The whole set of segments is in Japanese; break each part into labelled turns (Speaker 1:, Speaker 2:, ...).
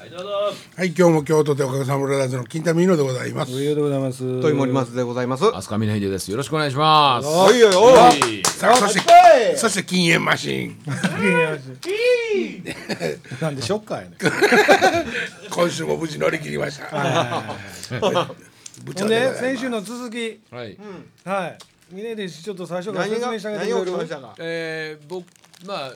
Speaker 1: はい、どうぞ。
Speaker 2: はい、今日も京都でおかげさまブラザーズの金田美濃でございます。
Speaker 3: りがとうございます。
Speaker 4: といもりますでございます。
Speaker 1: 飛鳥峰秀です。よろしくお願いします。
Speaker 4: はいよよ。
Speaker 2: さあ、そして、そして禁煙マシン。
Speaker 3: なんでしょっ かいね。
Speaker 2: 今週も無事乗り切りました。 部
Speaker 3: ほ
Speaker 2: 長で
Speaker 3: んで
Speaker 2: ございま
Speaker 3: 先
Speaker 2: す。
Speaker 3: 週の続き、
Speaker 1: はい。
Speaker 3: はい。峰岸ちょっと最初から
Speaker 4: 何
Speaker 3: 説
Speaker 4: が
Speaker 3: 明してあげて
Speaker 4: 何
Speaker 3: く
Speaker 4: が
Speaker 3: れ
Speaker 4: 起きました
Speaker 3: る。
Speaker 4: か。
Speaker 1: えー、僕まあ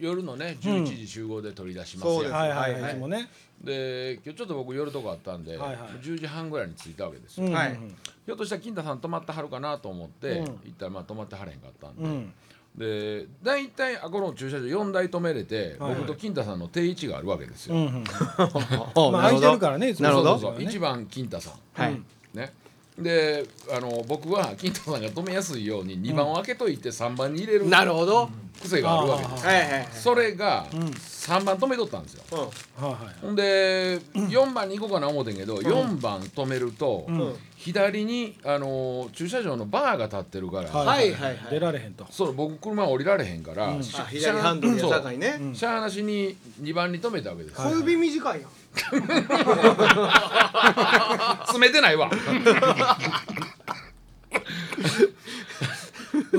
Speaker 1: 夜のね11時集合で取り出しますよ、
Speaker 4: そうです
Speaker 3: はいはい
Speaker 4: は
Speaker 3: はいい。いつもね。
Speaker 1: で今日ちょっと僕夜とこあったんで、
Speaker 3: はいはい
Speaker 1: 10時半ぐらいに着いたわけですよ、
Speaker 3: うん
Speaker 4: はい。
Speaker 1: ひょっとしたら金太さん泊まってはるかなと思って、行ったらまあ泊まってはれへんかったんで、
Speaker 3: うん。
Speaker 1: で大体あこの駐車場4台止めれて、
Speaker 3: はいはい
Speaker 1: 僕と金太さんの定位置があるわけですよ、
Speaker 3: うん。まあ
Speaker 4: 空
Speaker 3: 空いてるからねいつも
Speaker 4: なるほ
Speaker 1: そ
Speaker 4: ど
Speaker 1: う。そうそう1番金太さん
Speaker 4: はい。
Speaker 1: ねであの僕は金太さんが止めやすいように2番を開けといて3番に入れる
Speaker 4: なるほど。
Speaker 1: 癖があるわけですよ
Speaker 4: はいはいはい。
Speaker 1: それが3番止めとったんですよ、
Speaker 4: うん。
Speaker 3: はいはい。
Speaker 1: ほんで4番に行こうかな思うてんけど4番止めると
Speaker 4: ん
Speaker 1: 左にあのー駐車場のバーが立ってるから、
Speaker 4: はいはいはい
Speaker 3: 出られへんと。
Speaker 1: それ僕車降りられへんから、し
Speaker 4: あ左ハンドルや高いね。
Speaker 1: そうしゃあなしに2番に止めたわけです、
Speaker 5: 小指短いやん。
Speaker 1: 詰めて ないわ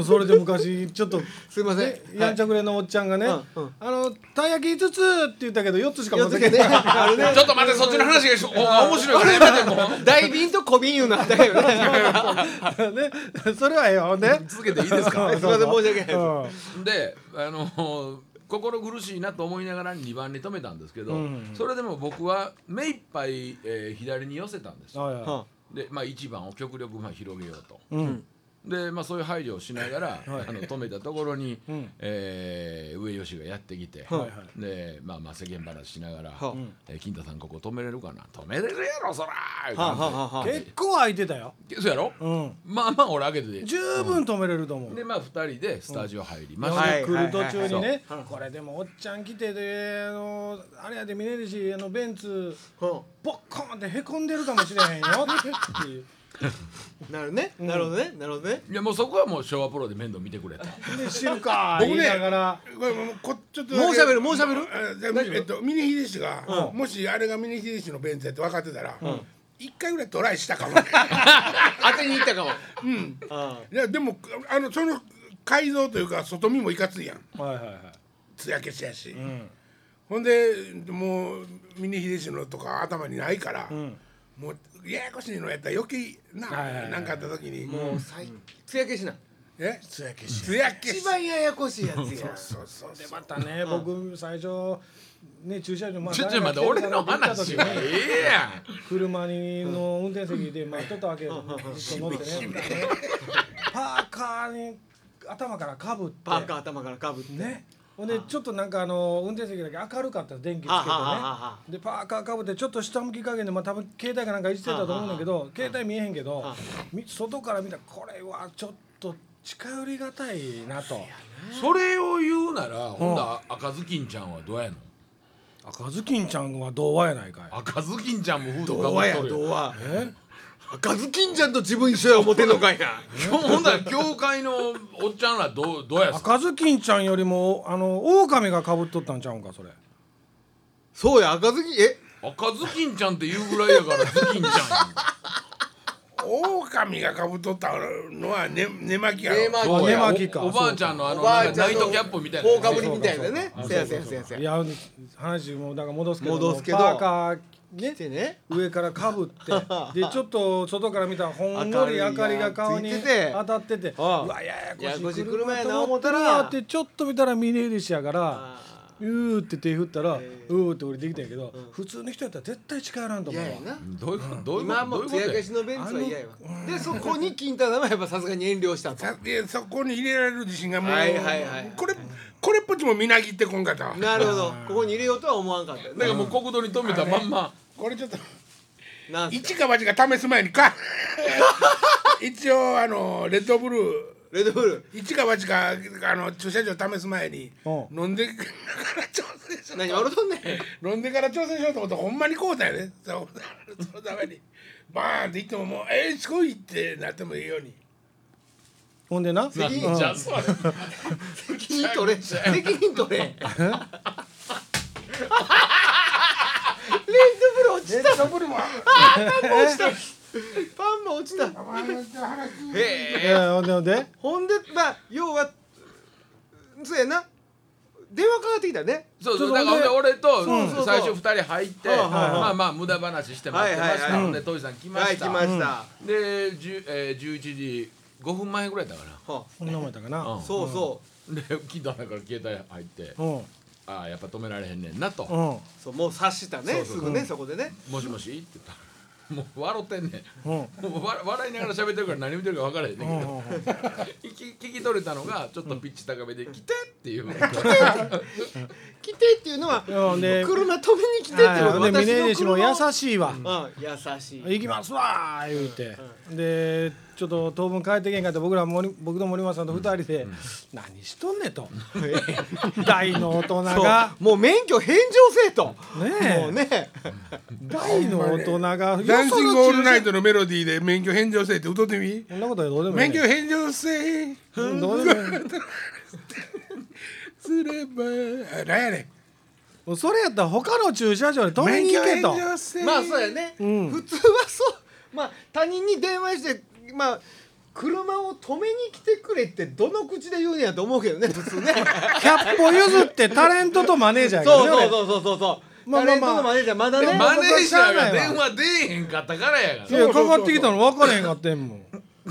Speaker 3: それで昔ちょっ と
Speaker 4: すいません
Speaker 3: ね。やんちゃくれのおっちゃんがね、あ
Speaker 4: うんうん
Speaker 3: のたい焼き五つって言ったけど四つしか
Speaker 4: 四
Speaker 3: 持
Speaker 4: つ
Speaker 3: て
Speaker 4: け
Speaker 3: けな
Speaker 4: ね。
Speaker 3: い。
Speaker 4: あるね。
Speaker 1: ちょっと待ってそっちの話がし方が面白いからやめてもう
Speaker 4: 大瓶と小瓶いうのあったよね。
Speaker 3: ね、 それはええわ。 ほんで、うん
Speaker 1: 続けていいですか
Speaker 4: すいません申し訳ないです。
Speaker 1: であの心苦しいなと思いながら2番に止めたんですけど、
Speaker 3: うん
Speaker 1: それでも僕は目いっぱい、えー左に寄せたんですよ
Speaker 3: はいは
Speaker 1: で、まあ、1番を極力まあ広げようと
Speaker 3: い。うん。
Speaker 1: で、まあ、そういう配慮をしながら、
Speaker 3: はい
Speaker 1: あの止めたところに、
Speaker 3: うん
Speaker 1: えー上吉がやってきて、
Speaker 3: はいはい
Speaker 1: で、まあ、まあ世間話しながら
Speaker 4: はあ
Speaker 1: 「えー金太さんここ止めれるかな止めれるやろそら!」
Speaker 4: はあはあはあはあ
Speaker 3: 結構空いてたよ。
Speaker 1: 言うてそうやろ、
Speaker 3: うん。
Speaker 1: まあまあ俺開けてて
Speaker 3: 十分止めれると思う。
Speaker 1: でまあ2人でスタジオ入りました、
Speaker 4: はい
Speaker 3: 来る途中に
Speaker 1: はいはい
Speaker 3: ね、これでもおっちゃん来てで、あのあれやで峰岸あのベンツ
Speaker 4: う
Speaker 3: ボッコンってへこんでるかもしれへんよっていう。
Speaker 4: んなるね。なるほどね。なるほどね。
Speaker 1: いやもうそこはもう昭和プロで面倒見てくれた。
Speaker 3: で知るか
Speaker 2: 僕
Speaker 3: 言い
Speaker 2: ね
Speaker 3: ながら、
Speaker 2: これもうこちょっとだけ
Speaker 4: もう喋るもう喋る。
Speaker 2: あじゃあえっと峰秀氏が、もしあれが峰秀氏のベンツやって分かってたら、一回ぐらいトライしたかもね。
Speaker 4: 当てに行ったかも。うん。あ
Speaker 2: いやでもあのその改造というか外見もいかついやん。
Speaker 3: はいはいはい。
Speaker 2: つや消しやし。
Speaker 3: ん
Speaker 2: ほんでもう峰秀氏のとか頭にないから、もうややこしいのやったら余計な、
Speaker 3: はいはいはい
Speaker 2: なんかあった時に、
Speaker 4: あ。もう最つや消しな。
Speaker 2: え
Speaker 3: つや消し。
Speaker 2: つや消し
Speaker 5: 一。番ややこしいやつや。
Speaker 2: そうそうそう。
Speaker 3: またね、僕最初ね駐車場まあ
Speaker 1: ちょっと待って
Speaker 3: 誰
Speaker 1: 俺
Speaker 3: が
Speaker 1: の
Speaker 3: 来てるかなって
Speaker 1: 話
Speaker 3: 言
Speaker 1: は
Speaker 3: った時に
Speaker 1: ええやん。
Speaker 3: 車にの運転席で待っとったわけ。ずっと乗ってね。パーカーに頭からかぶって。
Speaker 4: パーカー頭からかぶって。
Speaker 3: ねほんでちょっとなんかあの運転席だけ明るかった電気つけてね
Speaker 4: はあはあはあは
Speaker 3: でパーカーかぶってちょっと下向き加減でまあ多分携帯かなんかいじってたと思うんだけど携帯見えへんけどみ外から見たらこれはちょっと近寄りがたいなと
Speaker 1: それを言うなら、ほんだ赤ずきんちゃんはどうやの
Speaker 3: 赤ずきんちゃんは童話やないかい
Speaker 1: 赤ずきんちゃんもフードか
Speaker 4: 童
Speaker 1: ぶ
Speaker 4: 話
Speaker 1: っ
Speaker 4: や
Speaker 1: とるよ
Speaker 4: 童話。
Speaker 3: え
Speaker 4: 赤ずきんちゃんと自分一緒や思てんのかいな。
Speaker 1: 今日ほんだら教会のおっちゃんらどうどうやっすか
Speaker 3: 赤ずきんちゃんよりもあの狼がかぶっとったんちゃうんかそれ
Speaker 4: そうや赤ずきんえ
Speaker 1: 赤ずきんちゃんって言うぐらいやからずきんちゃん
Speaker 2: 狼がかぶっとったのはね寝巻きやろ。
Speaker 4: 根
Speaker 1: や
Speaker 4: 巻
Speaker 1: ん
Speaker 3: あ
Speaker 1: そうや
Speaker 3: 寝巻きか
Speaker 1: おおばあちゃんのあ
Speaker 4: お
Speaker 1: の
Speaker 4: ば
Speaker 1: な
Speaker 4: あ
Speaker 1: ん
Speaker 4: ちゃ
Speaker 1: かナイ
Speaker 4: んの
Speaker 1: トキャップみたいな
Speaker 4: 放課ぶりみたいなねせやせやせやせ
Speaker 3: い
Speaker 4: や
Speaker 3: や話もうだから戻すけど
Speaker 4: 戻すけど
Speaker 3: パーカーね
Speaker 4: してね
Speaker 3: 上からかぶってでちょっと外から見たらほんのり明かりが顔に
Speaker 4: 明かりがついてて
Speaker 3: 当たっててう
Speaker 4: ああ
Speaker 3: わややこし
Speaker 4: ややこし
Speaker 3: い
Speaker 4: い車やな
Speaker 3: と
Speaker 4: 思ったら
Speaker 3: わってちょっと見たら峰岸やから
Speaker 4: あ
Speaker 3: うーって手振ったらうーって降りてきたんやけど普通の人やったら絶対近寄らんと
Speaker 4: ー
Speaker 3: 思う
Speaker 4: 嫌
Speaker 3: わ
Speaker 4: やな
Speaker 1: どういうことどういうこ
Speaker 4: 今
Speaker 1: とどういう
Speaker 4: も
Speaker 1: こ
Speaker 4: つ
Speaker 1: と
Speaker 4: や消
Speaker 1: や
Speaker 4: しのベンツは嫌やわでそこに金太郎はやっぱさすがに遠慮したと
Speaker 2: さでそこに入れられる自信がもう、
Speaker 4: はいはいはい
Speaker 2: これこれっぽっちもみなぎってこんかったわ
Speaker 4: なるほどここに入れようとは思わんかったよ
Speaker 1: だ
Speaker 4: ね
Speaker 1: からもう国道に止めたまんま
Speaker 2: これちょっと
Speaker 4: なんすか
Speaker 2: 一か八か試す前にか一応あのレッドブルー
Speaker 4: レッドブル
Speaker 2: 一か八かあの駐車場試す前に
Speaker 3: うん
Speaker 2: 飲んでから調整しよ
Speaker 4: 何笑うとんねん
Speaker 2: う飲んでから調整しようと思ったらほんまにこうだよねそうそのためにバーンって言ってももうえー、すごいってなってもいいように
Speaker 3: ほんでな
Speaker 1: なんじゃそれ
Speaker 4: 責任 取れ責任取れレ落
Speaker 2: め
Speaker 4: ち
Speaker 2: ったちゃぶるわ。
Speaker 4: パンも落ちた
Speaker 2: お前の人話聞いて
Speaker 4: へえ
Speaker 3: えーほんでほんで
Speaker 4: ほんでまあ要はそうやな電話かかってきたね
Speaker 1: そうそう
Speaker 3: ちょ
Speaker 1: だ
Speaker 3: っ
Speaker 1: か
Speaker 3: とほんで
Speaker 1: ら俺と
Speaker 4: そうそうそう
Speaker 1: 最初二人入って
Speaker 4: はいはいはい
Speaker 1: まあまあ無駄話して待ってまし
Speaker 4: はいはい
Speaker 1: た
Speaker 4: はい
Speaker 1: ほんでトイさん来ま
Speaker 4: はい
Speaker 1: し
Speaker 4: 来
Speaker 1: た
Speaker 4: ました、
Speaker 1: でじゅえー11時5分前ぐらいだか
Speaker 4: は
Speaker 3: そんな思えたか
Speaker 1: う
Speaker 3: な、
Speaker 1: ん
Speaker 4: あそうそう、
Speaker 1: らで金太郎から携帯入って
Speaker 3: うん
Speaker 1: ああやっぱ止められへんねんなと
Speaker 3: うん
Speaker 4: そうもう察した
Speaker 1: そ
Speaker 4: ね
Speaker 1: うそう
Speaker 4: すぐね、そこでね
Speaker 1: 「もしもし?」って言ったらもう笑ってんね
Speaker 3: うん
Speaker 1: んもう笑笑いながら喋ってるから何見てるか分からへんねんけど 聞き聞き取れたのがちょっとピッチ高めで「来て!」って いう
Speaker 4: 来てっていうのは
Speaker 3: うんで
Speaker 4: 車止めに来てってこと
Speaker 3: はい、で
Speaker 4: 私
Speaker 3: 峰
Speaker 4: の
Speaker 3: 岸も
Speaker 4: 車を
Speaker 3: 優しいわ、
Speaker 4: うん優しい
Speaker 3: 行きますわー言うて、でちょっと当分帰ってけんかって僕ら森僕と森松さんと二人で、何しとんねんと大の大人
Speaker 4: そう
Speaker 3: が
Speaker 4: もう免許返上せえと
Speaker 3: ねえ
Speaker 4: もう ね
Speaker 3: 大の大人がよそ の
Speaker 2: ダンシングオールナイ
Speaker 3: 中
Speaker 2: トのメロディーで免許返上せえって歌ってみ
Speaker 3: そんなことはどうでもいい
Speaker 2: 免許返上せえ
Speaker 3: うんどうでもいい
Speaker 2: すればあなんやね
Speaker 3: もうそれやったら他の駐車場に
Speaker 2: ん
Speaker 3: 止め
Speaker 2: 免
Speaker 3: に
Speaker 2: 許
Speaker 3: 行け
Speaker 2: 返
Speaker 3: と
Speaker 2: 上せえ
Speaker 4: まあそうやね、
Speaker 3: ん
Speaker 4: 普通はそうまあ他人に電話してまあ車を止めに来てくれってどの口で言うんやと思うけどね普通ね
Speaker 3: 100歩譲ってタレントとマネージャーやから
Speaker 4: そ
Speaker 3: ね
Speaker 4: うそうそうそうそうそう
Speaker 3: まあまあまあ
Speaker 4: タレントのマネージャーまだね
Speaker 3: でも
Speaker 1: マネージャーが電話出えへんかったからやから
Speaker 3: 俺いやかかってきたの分からへんかってんもん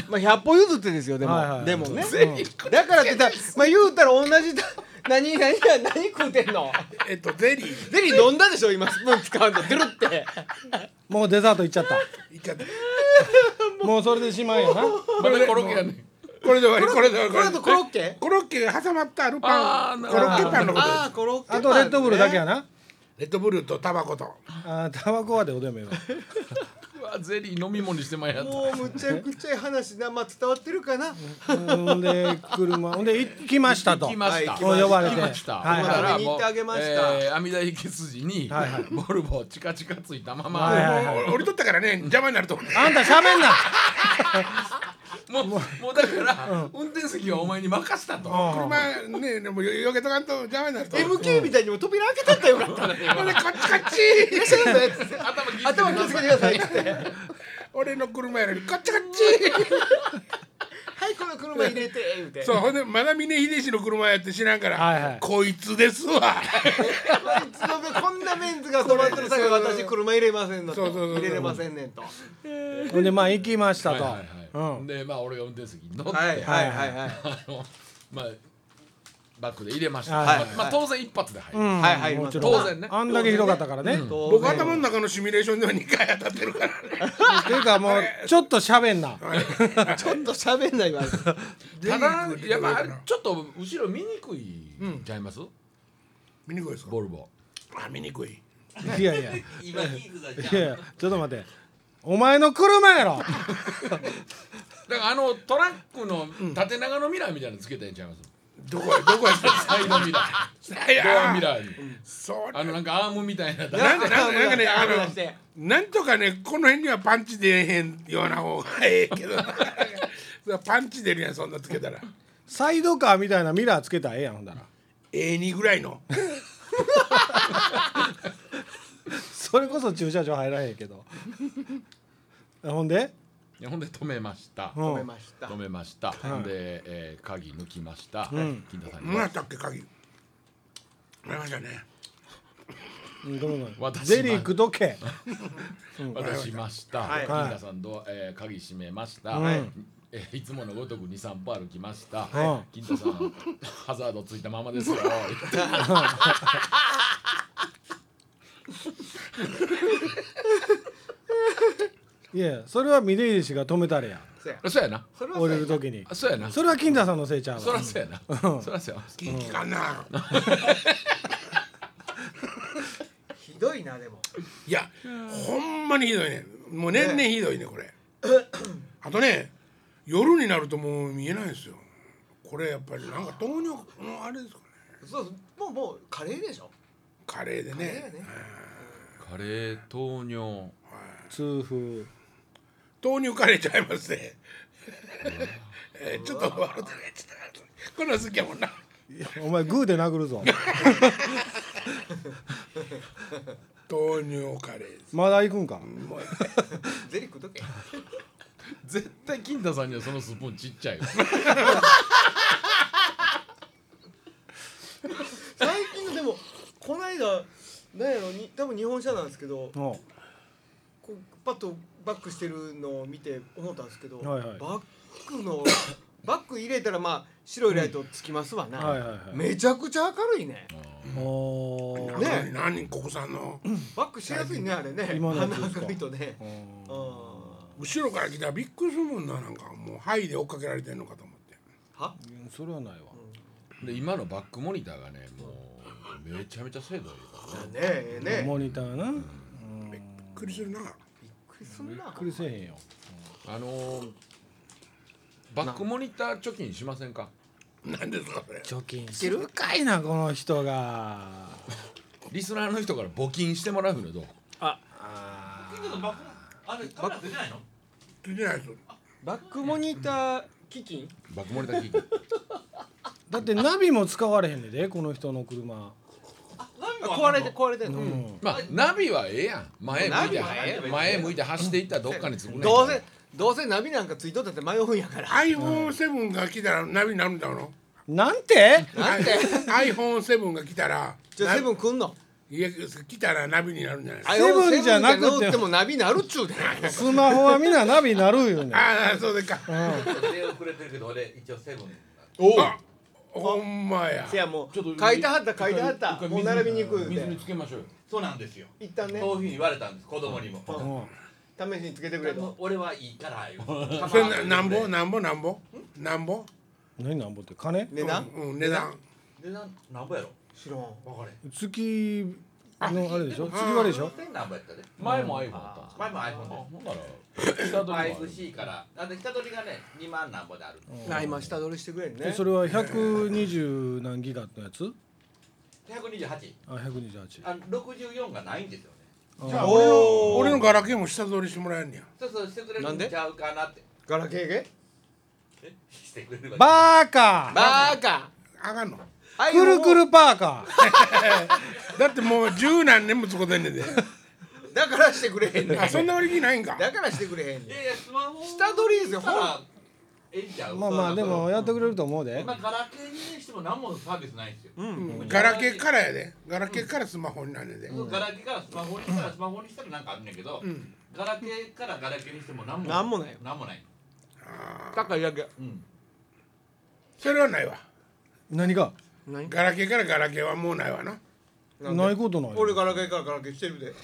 Speaker 4: まあ100歩譲ってですよでも、
Speaker 3: はいはい
Speaker 4: でもね
Speaker 3: 全員
Speaker 4: だからってだまあ言うたら同じだ何何何何食うてんの
Speaker 2: えっとゼリー
Speaker 4: ゼリー飲んだでしょ今スプーン使うの出るって
Speaker 3: もうデザート行っちゃった
Speaker 2: いっちゃった
Speaker 3: もうそれでしまいや
Speaker 1: ま
Speaker 3: な
Speaker 1: だコロッケやねん
Speaker 2: これで終わりこれで終
Speaker 4: これ
Speaker 2: わ
Speaker 4: あ
Speaker 2: り
Speaker 4: とコロッケ
Speaker 2: コロッケが挟まったアルパ
Speaker 1: あ
Speaker 2: ン
Speaker 1: ー
Speaker 2: コ
Speaker 1: な
Speaker 2: ロ
Speaker 1: るほど
Speaker 2: ッケパンのことで
Speaker 4: ああコロッケパン
Speaker 3: あ
Speaker 4: ね
Speaker 3: とレッドブルだけやな
Speaker 2: すレッドブルとタバコと
Speaker 3: あータバコはでおでめよ
Speaker 1: うわゼリー飲み物にしてまいやった
Speaker 4: もうむちゃくちゃい話なまあ伝わってるかな
Speaker 3: ほんで車ほんで行きましたと
Speaker 1: 行きました。
Speaker 4: はい
Speaker 3: 呼ばれて
Speaker 1: 行きました。
Speaker 3: はい
Speaker 1: だからも
Speaker 4: お花見に行
Speaker 1: う
Speaker 4: ってあげました
Speaker 1: えー、網田引き筋に、
Speaker 3: はいはい
Speaker 1: ボルボチカチカついたまま、
Speaker 3: はいはい
Speaker 2: もう降りとったからね邪魔になると思う
Speaker 3: あんた喋んな
Speaker 1: もうもうだから、運転席はお前に任したと。
Speaker 2: 車ねでもよけとかんと邪魔になると思う
Speaker 4: MK みたいにも扉開けたったらよかったね
Speaker 2: 俺こっちこっち
Speaker 4: いらっしゃいませっつって
Speaker 1: 頭気
Speaker 4: 頭気をつけてくださいっつっては
Speaker 2: 俺の車やのにこっちこっ
Speaker 4: いこの車入れて言うて
Speaker 2: ちそうほんでまだ峰秀氏の車やって知らんから、
Speaker 3: はいはい
Speaker 2: こいつですわ
Speaker 4: こいつの目こんなメンズが揃ってるさか私車入れませんのと
Speaker 2: そうそうそうそう
Speaker 4: 入れれませんねんとは
Speaker 3: ほんでまあ行きました
Speaker 1: はい
Speaker 3: と、
Speaker 1: はいはいでまあ俺が運転席に乗って、
Speaker 4: いはいはいはい
Speaker 1: あのまあバックで入れました。
Speaker 3: はい
Speaker 1: まあ
Speaker 4: はいはい
Speaker 1: まあ当然一発で入る。
Speaker 3: うん
Speaker 4: はいはい
Speaker 3: もちろん
Speaker 1: 当然ね。
Speaker 3: あんだけ広かったからね、っ
Speaker 2: 僕頭の中のシミュレーションでは2回当たってるからね
Speaker 3: ていうかもうちょっと喋んな
Speaker 4: ちょっと喋 んないわ
Speaker 1: ただ
Speaker 2: 出てくる
Speaker 1: やっぱあれちょっと後ろ見にくいちゃいます？
Speaker 2: 見にくいですか
Speaker 1: ボルボ。
Speaker 2: あ見にくい
Speaker 3: いやいやいやいやちょっと待ってお前の車やろ
Speaker 1: だからあのトラックの縦長のミラーみたいなのつけてんちゃいます？
Speaker 2: どこどこやった
Speaker 1: サイドミラー。
Speaker 2: い
Speaker 1: ド
Speaker 2: や
Speaker 1: アミ
Speaker 2: ー
Speaker 1: ラーに。
Speaker 2: そう
Speaker 1: あのなんかアームみたいな。
Speaker 2: なんかなんかなんかねあの
Speaker 4: 話して
Speaker 2: なんとかねこの辺にはパンチ出えへんような方がええけどそらパンチ出るやんそんなつけたら
Speaker 3: サイドカーみたいなミラーつけたらええやんほんだら
Speaker 2: A2 ぐらいの
Speaker 3: それこそ駐車場入らへんけどほんで
Speaker 1: いやほんで止めました。
Speaker 4: 止めました
Speaker 1: 止めました。ほんで、えー、鍵抜きました。金田さん
Speaker 2: 何
Speaker 1: に
Speaker 2: やったっけ鍵ありましたね
Speaker 3: うんごめんごめん
Speaker 1: 私
Speaker 3: ゼリーくどけ
Speaker 1: 渡しました。
Speaker 4: はい
Speaker 1: 金田さんと、えー、鍵閉めました。
Speaker 3: うん
Speaker 1: えーいつものごとく二三歩歩きました。
Speaker 3: は
Speaker 1: 金田さん ハザードついたままですよ。
Speaker 3: いやそれは峰岸が止めたれや
Speaker 1: そうやな。
Speaker 4: それは
Speaker 3: 降りる時に
Speaker 1: あそうやな。そ
Speaker 3: それは金田さんのせいちゃうわ
Speaker 1: らそうやな。そらそうやな。
Speaker 2: 聞きかな
Speaker 4: ひどいなでも
Speaker 2: いやほんまにひどいねもう年々ひどいねこれあとね夜になるともう見えないですよこれやっぱりなんか糖尿のあれですかね
Speaker 4: そうもうもうカレーでしょ
Speaker 2: カレーでね
Speaker 4: レーね
Speaker 1: カレー糖尿。
Speaker 3: 痛風
Speaker 2: 豆乳カレーちゃいますね えーちょっと笑ってねちょっと笑ってこんなん好きやもんな
Speaker 3: お前グーで殴るぞ
Speaker 2: 豆乳カレーです
Speaker 3: まだ行くんか
Speaker 4: ゼリー食うとけ
Speaker 1: 絶対金田さんにはそのスプーンちっちゃいよ
Speaker 4: 最近のでもこの間なんやろに多分日本車なんですけど
Speaker 3: おう
Speaker 4: こうパッとバックしてるのを見て思ったんですけど、
Speaker 3: はいはい
Speaker 4: バックの バック入れたらまあ白いライトつきますわな、
Speaker 3: はいはいはい
Speaker 4: めちゃくちゃ明るいね
Speaker 3: おー
Speaker 4: ね
Speaker 2: ね何ここさんの
Speaker 4: バックしやすいねあれね
Speaker 3: 今のやつ
Speaker 4: 鼻
Speaker 3: ですか
Speaker 4: 明るいとね
Speaker 3: お
Speaker 4: う
Speaker 3: ー
Speaker 4: ん
Speaker 2: 後ろから来たらびっくりするもんななんかもうハイで追っかけられてんのかと思って
Speaker 4: は
Speaker 3: それはないわ
Speaker 1: で今のバックモニターがねもうめちゃめちゃ精度いいからね
Speaker 4: ねえねえびっ
Speaker 3: モニターなびっ
Speaker 2: びっくりするな
Speaker 4: くりすんな
Speaker 3: くりせえへんよ
Speaker 1: あのーバックモニター貯金しませんか
Speaker 2: 何ですかそれ
Speaker 3: 貯金するかいなこの人が
Speaker 1: リスナーの人から募金してもらうのどう
Speaker 6: 金のバックあれカメラ出てないの
Speaker 2: ついてないです
Speaker 4: バックモニター基金
Speaker 1: バックモニター基金
Speaker 3: だってナビも使われへんねんでこの人の車
Speaker 4: あ壊れて壊れてんの、
Speaker 1: まあナビはええやん前向い
Speaker 4: ナビ
Speaker 1: て
Speaker 4: はええ
Speaker 1: 前向いて走っていったらどっかに着くねん
Speaker 4: どうせどうせナビなんかついとったって迷うんやから
Speaker 2: iPhone7 が来たらナビになるんだろ
Speaker 3: なんて
Speaker 4: なん で
Speaker 2: iPhone7 が来たら
Speaker 4: じゃあセブン来んの
Speaker 2: いや来たらナビになるんじゃないですか
Speaker 3: セブンじゃなくて
Speaker 4: iPhone 乗ってもナビなるっちゅうで
Speaker 3: スマホはみんなナビなるよね
Speaker 2: ああそうですか
Speaker 6: 出遅れてるけど俺一応セブン
Speaker 2: おほんまや
Speaker 4: せやもう
Speaker 1: ちょっと
Speaker 4: 書いてはった書いてはった
Speaker 1: 一回
Speaker 4: もう並びに行くん
Speaker 1: 水に
Speaker 4: で
Speaker 1: つけましょうよ
Speaker 6: そうなんですよ
Speaker 4: 一旦ね
Speaker 6: そういうふうに言われたんです子供にも
Speaker 3: うん
Speaker 4: 試しにつけてくれ
Speaker 6: で
Speaker 4: と
Speaker 6: も俺はいいから言うて
Speaker 2: それななんぼなんぼなんぼなんぼ
Speaker 3: 何なんぼって金
Speaker 4: 値段
Speaker 2: うんうん値段
Speaker 6: 値段なんぼやろ
Speaker 4: 知らん
Speaker 6: 分かれ
Speaker 3: 月のあれでしょ月割れでしょ
Speaker 6: 千なんぼやったで
Speaker 1: 前も iPhone あったんですか
Speaker 6: 前も iPhone
Speaker 1: あ
Speaker 6: で
Speaker 1: ほんなら下取りもある
Speaker 6: IFC からあで下取りがね2万なんぼである
Speaker 4: あ今下取りしてくれん
Speaker 3: え
Speaker 4: ね
Speaker 3: それは120何ギガのやつ
Speaker 6: 128
Speaker 3: あ128
Speaker 6: あ64がないんですよね
Speaker 2: じゃあ俺の
Speaker 4: お
Speaker 2: 俺
Speaker 4: 俺
Speaker 2: の
Speaker 4: の
Speaker 2: ガラケーも下取りしてもらえんねや
Speaker 6: そうそうしてくれ
Speaker 4: な
Speaker 6: る
Speaker 4: ん
Speaker 6: ん
Speaker 4: で
Speaker 6: ちゃうかなって
Speaker 4: ガラケーで
Speaker 6: えしてくれるわけ
Speaker 3: バーカ
Speaker 4: バーカ
Speaker 2: あかんの
Speaker 4: ー
Speaker 3: くるくるパーカ
Speaker 2: だってもう十何年も使ってんねんで
Speaker 4: だからしてくれへんねん
Speaker 2: あそんな割り気ないんか
Speaker 4: だからしてくれへん
Speaker 6: い
Speaker 4: ね
Speaker 6: やいやスマホ
Speaker 4: 下取りですよ
Speaker 6: したらええんちゃう
Speaker 3: まあまあでもやってくれると思うで
Speaker 6: 今ガラケーにしても何もサービスないんですよ、
Speaker 4: ん
Speaker 2: うんガラケーからやでガラケーからスマホになんねんで
Speaker 6: そうガラケーからスマホにしたらスマホにしたらなんかあるんだけど、ガラケーからガラケーにしても何も
Speaker 4: なんもないよ
Speaker 6: 何もない、
Speaker 4: だからやけ
Speaker 6: うん、
Speaker 2: それはないわ
Speaker 3: 何が
Speaker 4: 何
Speaker 2: ガラケーからガラケーはもうないわな
Speaker 4: んで
Speaker 3: ないことない
Speaker 4: 俺ガラケーからガラケーしてるで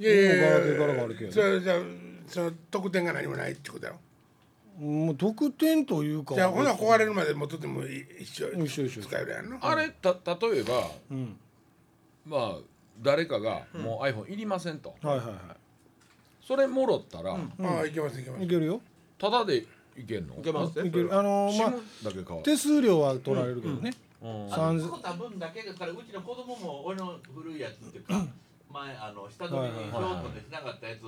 Speaker 2: いやいやいや
Speaker 3: もうガラケーからガラケー
Speaker 2: それじゃあその得点が何もないってことやろ
Speaker 3: もう得点というか
Speaker 2: じゃあほな壊れるまでもとてもい一緒
Speaker 3: 一緒一緒
Speaker 2: 使えるやんの
Speaker 1: あれた例えば
Speaker 3: うん
Speaker 1: まあ誰かがもう iPhone いりませんと
Speaker 3: はいはいは
Speaker 1: それもろったら
Speaker 2: ああいけますいけま
Speaker 3: いい
Speaker 2: す
Speaker 3: けるよ
Speaker 1: タダでいけんの
Speaker 4: いけます
Speaker 3: い
Speaker 4: ね
Speaker 3: けるあのーまあ
Speaker 1: SIM だけ買わ
Speaker 3: 手数料は取られるけどね
Speaker 1: うん
Speaker 6: あ
Speaker 3: 三
Speaker 6: の
Speaker 3: 千
Speaker 6: 使った分だけだからうちの子供も俺の古いやつっていうか前あの下取りにしようとでしなかったやつ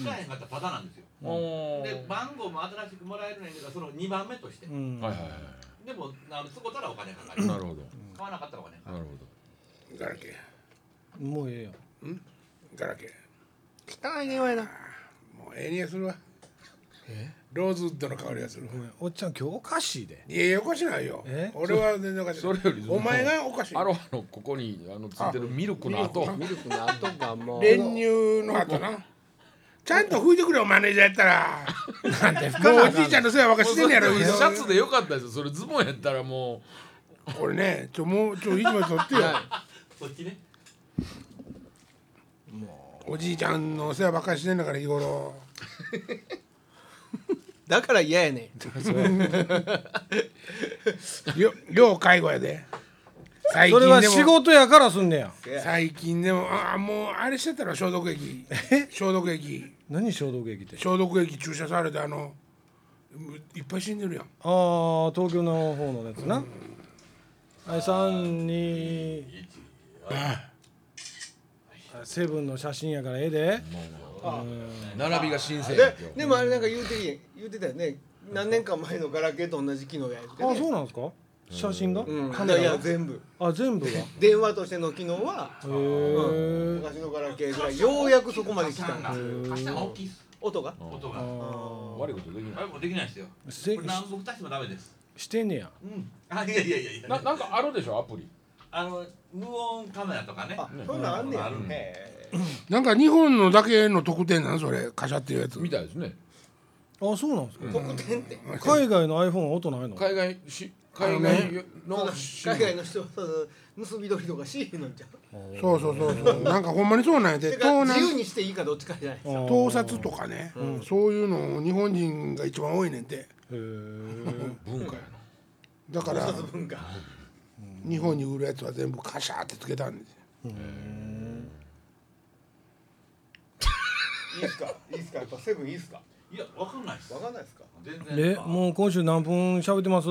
Speaker 6: 使えへんかったらタダなんですよ、
Speaker 1: おー
Speaker 6: で番号も新しくもらえるねんけどその2番目として、
Speaker 3: うん
Speaker 1: はいはいは
Speaker 6: でもあの使ったらお金かかる
Speaker 1: いなるほど
Speaker 6: 買わなかったらお金かか
Speaker 1: な
Speaker 6: る
Speaker 1: るほど
Speaker 2: ガラケー
Speaker 3: もうええよ
Speaker 2: ガラケー
Speaker 4: 汚いねわいな
Speaker 2: もうええ匂いするわローズウッドの香りがするわ
Speaker 3: ごめんおっちゃん今日おかしいで
Speaker 2: いやいやおかしないよ
Speaker 3: え
Speaker 2: 俺は全然おかしい
Speaker 1: それより
Speaker 2: お前がおかしい
Speaker 1: アロハのここにあのついてるミルクの後
Speaker 4: ミルクの後がもう
Speaker 2: 練乳の後なちゃんと拭いてくれよマネージャーやったらなんでもうおじいちゃんの世話ばっかりしてんねやろ
Speaker 1: シャツでよかったですよそれズボンやったらも
Speaker 2: 俺ねちょもうちょ一枚取ってよ
Speaker 6: そっちね
Speaker 2: おじいちゃんの世話ばっかりしてんだから日頃
Speaker 4: だから嫌やねん
Speaker 2: よ要介護やで最
Speaker 3: それ
Speaker 2: 近
Speaker 3: は
Speaker 2: で
Speaker 3: 仕
Speaker 2: も
Speaker 3: 事やからすんねや
Speaker 2: 最近でもああもうあれしてたら消毒液消毒液
Speaker 3: 何消毒液って
Speaker 2: 消毒液注射されてあのいっぱい死んでるやん
Speaker 3: ああ東京の方のやつなはい三二あセブンの写真やからええで
Speaker 1: う並びが新鮮や
Speaker 4: で
Speaker 1: 今日
Speaker 4: でもあれなんか言うてき言うてたよね何年か前のガラケーと同じ機能や言うて
Speaker 3: あ
Speaker 4: ね
Speaker 3: そうなんですか写真が、
Speaker 4: うん、
Speaker 3: カ
Speaker 4: い
Speaker 3: メ
Speaker 4: やい
Speaker 3: ラ
Speaker 4: や
Speaker 3: が
Speaker 4: 全部
Speaker 3: あ全部がへ
Speaker 4: 電話としての機能は
Speaker 3: え
Speaker 4: 昔のガラケーぐらいようやくそこまで来たんだ
Speaker 6: 貸したが大きいです
Speaker 4: 音が
Speaker 6: 音が
Speaker 3: あ
Speaker 1: 悪いことできない
Speaker 6: あれもできないですよ
Speaker 3: あ
Speaker 6: こ
Speaker 3: せ
Speaker 6: れ何億足してもダメです
Speaker 3: してんねや
Speaker 6: うんあいやいやいやい
Speaker 1: な
Speaker 6: や
Speaker 1: なんかあるでしょアプリ
Speaker 6: あの無音カメラとかね
Speaker 4: あそんなんあんねや
Speaker 6: うん
Speaker 4: へえ
Speaker 2: なんか日本のだけの特典なんそれカシャっていうやつ
Speaker 1: みたいですね
Speaker 3: あそうなんですか、
Speaker 4: 特典って
Speaker 3: 海外の iPhone は音ないの
Speaker 1: 海外し
Speaker 2: あの
Speaker 1: 海
Speaker 2: ね
Speaker 1: 外の
Speaker 4: 海外の人はそう盗み取りとかしへんのんちゃう
Speaker 2: そうそうそうそうなんかほんまにそうなんやで
Speaker 4: てか
Speaker 2: 盗難
Speaker 4: 自由にしていいかどっちかじゃないですか
Speaker 2: 盗撮とかね、そういうのを日本人が一番多いねんて
Speaker 3: へえ
Speaker 1: 文化やな
Speaker 2: だか
Speaker 4: 盗
Speaker 2: ら
Speaker 4: 撮文化
Speaker 2: 日本に売るやつは全部カシャってつけたんですよ
Speaker 4: いいですかいいですかやっぱセブンいいですか
Speaker 6: いやわかんないです
Speaker 4: わかんないですか
Speaker 6: 全然
Speaker 3: で
Speaker 6: う
Speaker 3: もう今週何分喋ってます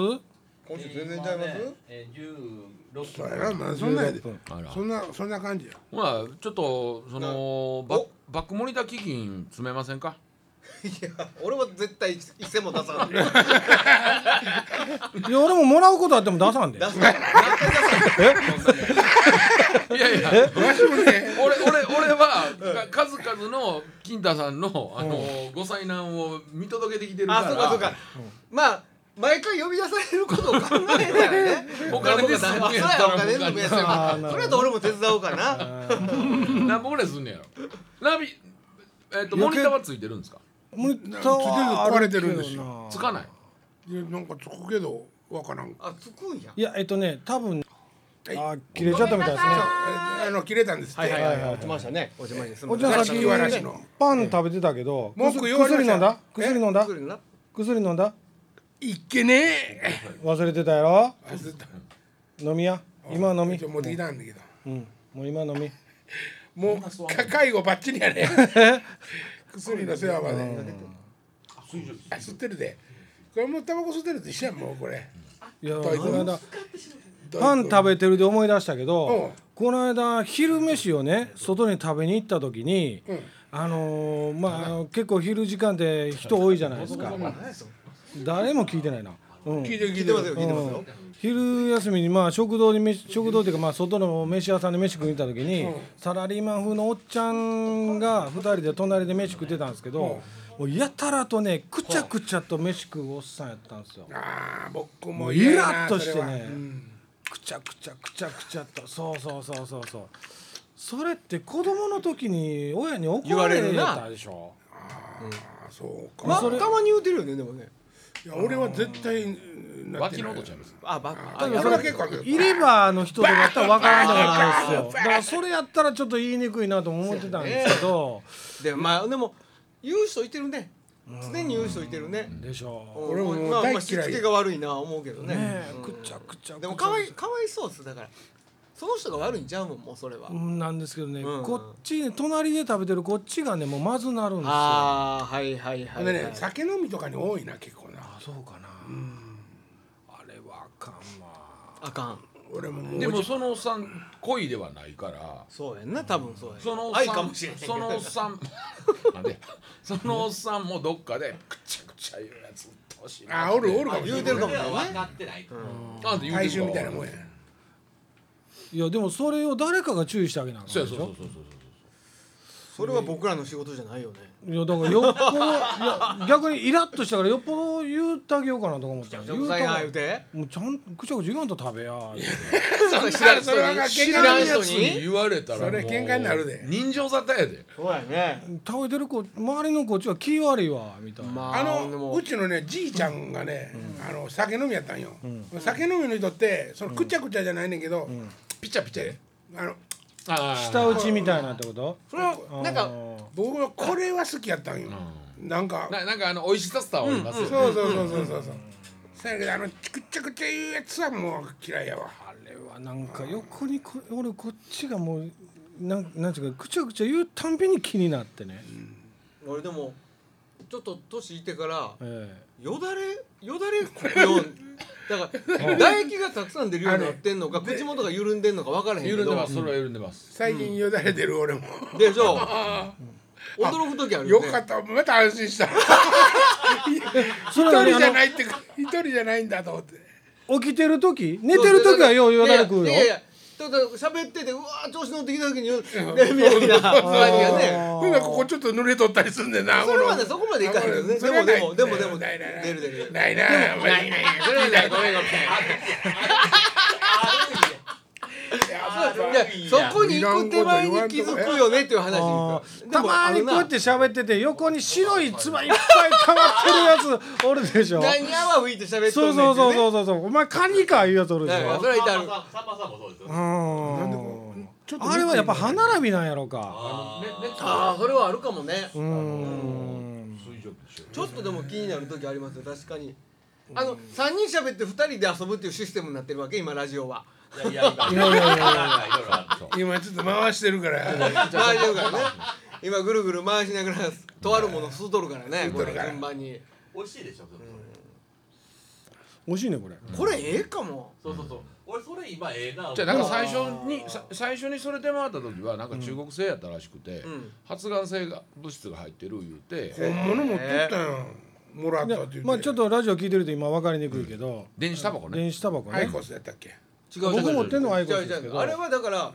Speaker 4: 今週全然ちゃいます
Speaker 6: えー今ねえー16
Speaker 2: それはまあそんなんやで
Speaker 3: 16分
Speaker 1: あら
Speaker 2: そんなそんな感じや
Speaker 1: まあちょっとそのバ
Speaker 4: お
Speaker 1: バックモニター基金詰めません か
Speaker 4: いや俺は絶対一銭も出さない
Speaker 3: いや俺ももらうことあっても出さんで
Speaker 1: いやいや
Speaker 2: わしもね
Speaker 1: 俺俺俺はか数々の金太さんのあのご災難を見届けてきてるから
Speaker 4: あそうかそうかまあ毎回呼び出されることを考えたらね
Speaker 1: お金です
Speaker 4: あそうやお金ですそれ
Speaker 3: あーなるほど
Speaker 4: だと俺も手伝おうか な
Speaker 1: 何本ぐらいすんねやろナビえっとモニターはついてるんですか
Speaker 3: もう
Speaker 2: 壊れてるんですよ
Speaker 1: つかない
Speaker 2: いやなんかつくけどわからん
Speaker 4: あつくんや
Speaker 3: いやえっとね多分あ
Speaker 2: い
Speaker 3: ー切れちゃったみたいですね
Speaker 2: ああの切れたんですって、
Speaker 4: 落ちましたね落ちました
Speaker 3: おじゃんさっき
Speaker 2: 座敷わらしの
Speaker 3: パン食べてたけど
Speaker 2: 文句言われま
Speaker 3: 薬
Speaker 2: し
Speaker 3: 飲
Speaker 2: た
Speaker 3: んだ薬飲んだ
Speaker 4: くるな
Speaker 3: 薬飲んだ
Speaker 2: いっけねえ
Speaker 3: 忘れてたやろ
Speaker 2: あずっと
Speaker 3: 飲みや今飲み
Speaker 2: 一応持ってきたんだけど
Speaker 3: うんもう今飲み
Speaker 2: もうか介護ばっちりやね薬の世話まであ吸ってるでこれもうタバコ吸ってると一緒やんもうこれ
Speaker 3: いやこ
Speaker 2: どういうこと
Speaker 3: の間パン食べてるで思い出したけ
Speaker 2: うん
Speaker 3: どこの間昼飯をね外に食べに行った時に
Speaker 2: うん
Speaker 3: あのーまああの結構昼時間で人多いじゃないですか誰も聞いてないなうん
Speaker 2: 聞いてる聞
Speaker 4: 聞
Speaker 2: いて
Speaker 4: いて
Speaker 2: る
Speaker 4: ますよ聞いてますよ
Speaker 3: 昼休みにまあ食堂に飯食堂っていうかまあ外の飯屋さんで飯食いに行った時にサラリーマン風のおっちゃんが2人で隣で飯食ってたんですけどもうやたらとねくちゃくちゃと飯食うおっさんやったんですよ
Speaker 2: ああ僕も
Speaker 3: イ
Speaker 2: 嫌やな
Speaker 3: ラッとして
Speaker 2: それは
Speaker 3: ねくちゃくちゃくちゃくちゃっとそうそうそうそうそうそれって子供の時に親に怒られ
Speaker 4: 言われ
Speaker 3: たでしょ
Speaker 2: ああそうか、
Speaker 4: まあたまに言うてるよねでもね
Speaker 2: いや俺は絶対なって
Speaker 1: 脇
Speaker 2: な
Speaker 1: の
Speaker 2: い
Speaker 1: 音ちゃいます
Speaker 4: あバ
Speaker 2: あ
Speaker 4: カ
Speaker 2: でもそれは結構あるけ
Speaker 3: いればの人とかやったら分からんでもないですよだからそれやったらちょっと言いにくいなとも思ってたんですけど
Speaker 4: でまあでも言う人いてるね常に言う人いてるね
Speaker 3: でしょ
Speaker 2: 俺も
Speaker 4: まあ
Speaker 2: 大嫌
Speaker 4: まあ
Speaker 2: い
Speaker 4: しつけが悪いな思うけど
Speaker 3: うね
Speaker 4: ね
Speaker 3: えくちゃくちゃ
Speaker 4: でもかわいかわいそうですだからその人が悪いんちゃうもんもうそれは
Speaker 3: うんなんですけどね
Speaker 4: うん
Speaker 3: こっちに隣で食べてるこっちがねもうまずなるんですよあ
Speaker 4: ああはいはいは
Speaker 2: ど
Speaker 4: い
Speaker 2: で
Speaker 4: はい
Speaker 2: ね酒飲みとかに多いな結構な
Speaker 3: そうかなあれはあかんわ
Speaker 4: あかん
Speaker 2: 俺ももう
Speaker 1: でもそのおっさん恋ではないから
Speaker 4: そうやんな多分そうやん
Speaker 1: そのおっ
Speaker 4: 愛
Speaker 1: さん
Speaker 4: かもしれへんけど
Speaker 1: そのおっさ んなんでそのおっさんもどっかでくちゃくちゃ言うやつうっとうしいな
Speaker 2: あおるおるかもし
Speaker 4: 言
Speaker 2: れ
Speaker 4: うて
Speaker 2: ない
Speaker 4: るかもしれ
Speaker 6: は
Speaker 4: ない
Speaker 6: 分かってない
Speaker 1: なんて言うて
Speaker 2: 大
Speaker 1: る
Speaker 2: 衆
Speaker 1: か
Speaker 2: みたいなもんや
Speaker 3: いやでもそれを誰かが注意してあげなあかんでし
Speaker 1: そ
Speaker 3: ょ
Speaker 1: うそうそうそうそう
Speaker 4: それは僕らの仕事じゃないよね
Speaker 3: いやだからよっぽどいや逆にイラッとしたからよっぽど言ってあげようかなとか思った言
Speaker 4: 食
Speaker 3: うた
Speaker 4: 材な言う
Speaker 3: ら
Speaker 4: て
Speaker 3: もうちゃんくちゃくちゃ言わんと食べや
Speaker 4: 知らん
Speaker 2: それは
Speaker 4: 人に
Speaker 2: 知
Speaker 4: 知
Speaker 2: らん
Speaker 4: らん
Speaker 1: や
Speaker 4: 人
Speaker 1: つに
Speaker 4: に
Speaker 1: 言われたら
Speaker 2: それ喧嘩になるで
Speaker 1: もう人情沙汰やで
Speaker 4: そうやね
Speaker 3: 食べてる子周りのこっちは気悪いわみたいな、
Speaker 4: まあ
Speaker 2: あ
Speaker 4: で
Speaker 2: の
Speaker 4: も
Speaker 2: うちのねじいちゃんがね、あの酒飲みやったんよ、酒飲みの人ってそのくちゃくちゃじゃないねんけど、
Speaker 1: ピチャピチャ
Speaker 2: あの
Speaker 1: あー
Speaker 3: 下打ちみたいなってこと
Speaker 2: それは
Speaker 4: なんか
Speaker 2: 僕はこれは好きやったんよ、なんか
Speaker 1: ななんかあの美味しさスターおりますよね
Speaker 2: そうそうそうそうそうそうそやけどあのくちゃくちゃいうやつはもう嫌いやわ
Speaker 3: あれはなんか横にこ俺こっちがもうなんなんていうかくちゃくちゃ言うたんびに気になってね、
Speaker 4: 俺でもちょっと年いってから
Speaker 3: え
Speaker 4: よだれよだれこくようだから唾液がたくさん出るようになってんのか口元が緩んでんのか分からへんけど
Speaker 1: 緩んでますそれは緩んでます
Speaker 2: 最近よだれ出る俺も、
Speaker 4: でしょ驚く時ある
Speaker 2: よ
Speaker 4: よね
Speaker 2: かったまた安心した
Speaker 3: えそ
Speaker 2: 一
Speaker 3: はね
Speaker 2: 人じゃ
Speaker 3: あの
Speaker 2: ないって一人じゃないんだと思って
Speaker 3: 起きてる時寝てる時はようよだれ食うよ
Speaker 4: いやいやだから喋っててうわー調子乗ってきた時によねみたいな感じがね
Speaker 2: ほんならここちょっと濡れとったりすんねんな
Speaker 4: それまでそこまでいかへんよね
Speaker 2: そ
Speaker 4: で
Speaker 2: れは
Speaker 4: も
Speaker 2: な
Speaker 4: で
Speaker 2: い
Speaker 4: もでもでも
Speaker 2: ない
Speaker 4: 出
Speaker 2: ないない
Speaker 4: る出る
Speaker 2: ないなないないない
Speaker 4: それはないごめんごめんいやそこに行く手前に気づくよねっていう話
Speaker 3: あ
Speaker 4: です
Speaker 3: ー
Speaker 4: よ
Speaker 3: たまにこうやって喋ってて横に白いつばいっぱい溜まってるやつおるでしょ
Speaker 4: 何やわ吹いて喋っ
Speaker 3: そ
Speaker 4: とんねん
Speaker 3: う
Speaker 4: ってね
Speaker 3: そうそうそうそうそうお前カニかいうやつおるでし
Speaker 4: だから
Speaker 3: ょ
Speaker 4: それは至る
Speaker 6: さんまさんもそうですよ
Speaker 3: う
Speaker 6: ね
Speaker 2: なんでこ
Speaker 3: ん
Speaker 2: ちょっと
Speaker 3: あれはやっぱ歯並びなんやろか
Speaker 6: あのねね
Speaker 4: ああそれはあるかもね
Speaker 3: うーん
Speaker 1: 水蒸気でしょ
Speaker 4: ちょっとでも気になる時ありますよ確かにあの三人喋って二人で遊ぶっていうシステムになってるわけ今ラジオは
Speaker 6: いやいやいやいやいやいろある
Speaker 2: 今ちょっと回してるから
Speaker 4: 回してるからね今ぐるぐる回しながらとあるもの吸うとるからねこれ順番に
Speaker 6: 美味しいでしょでも
Speaker 3: 美味しいねこれ
Speaker 4: これええかも
Speaker 6: そうそうそう俺それ今ええな
Speaker 1: じゃあなんか最初にさ最初にそれ出回った時はなんか中国製やったらしくて、
Speaker 4: ん
Speaker 1: 発がん性が物質が入ってる言うて、
Speaker 2: 本物持ってったよもらったって言って
Speaker 3: まあちょっとラジオ聞いてると今分かりにくいけど
Speaker 1: 電子タバコね
Speaker 3: 電子タバコ
Speaker 2: アイ
Speaker 3: ね
Speaker 2: コスやったっけ
Speaker 4: 違う違う
Speaker 3: 僕持ってんのはアイコ
Speaker 4: 違う
Speaker 3: スです
Speaker 4: 違
Speaker 3: け
Speaker 4: う
Speaker 3: ど
Speaker 4: あれはだから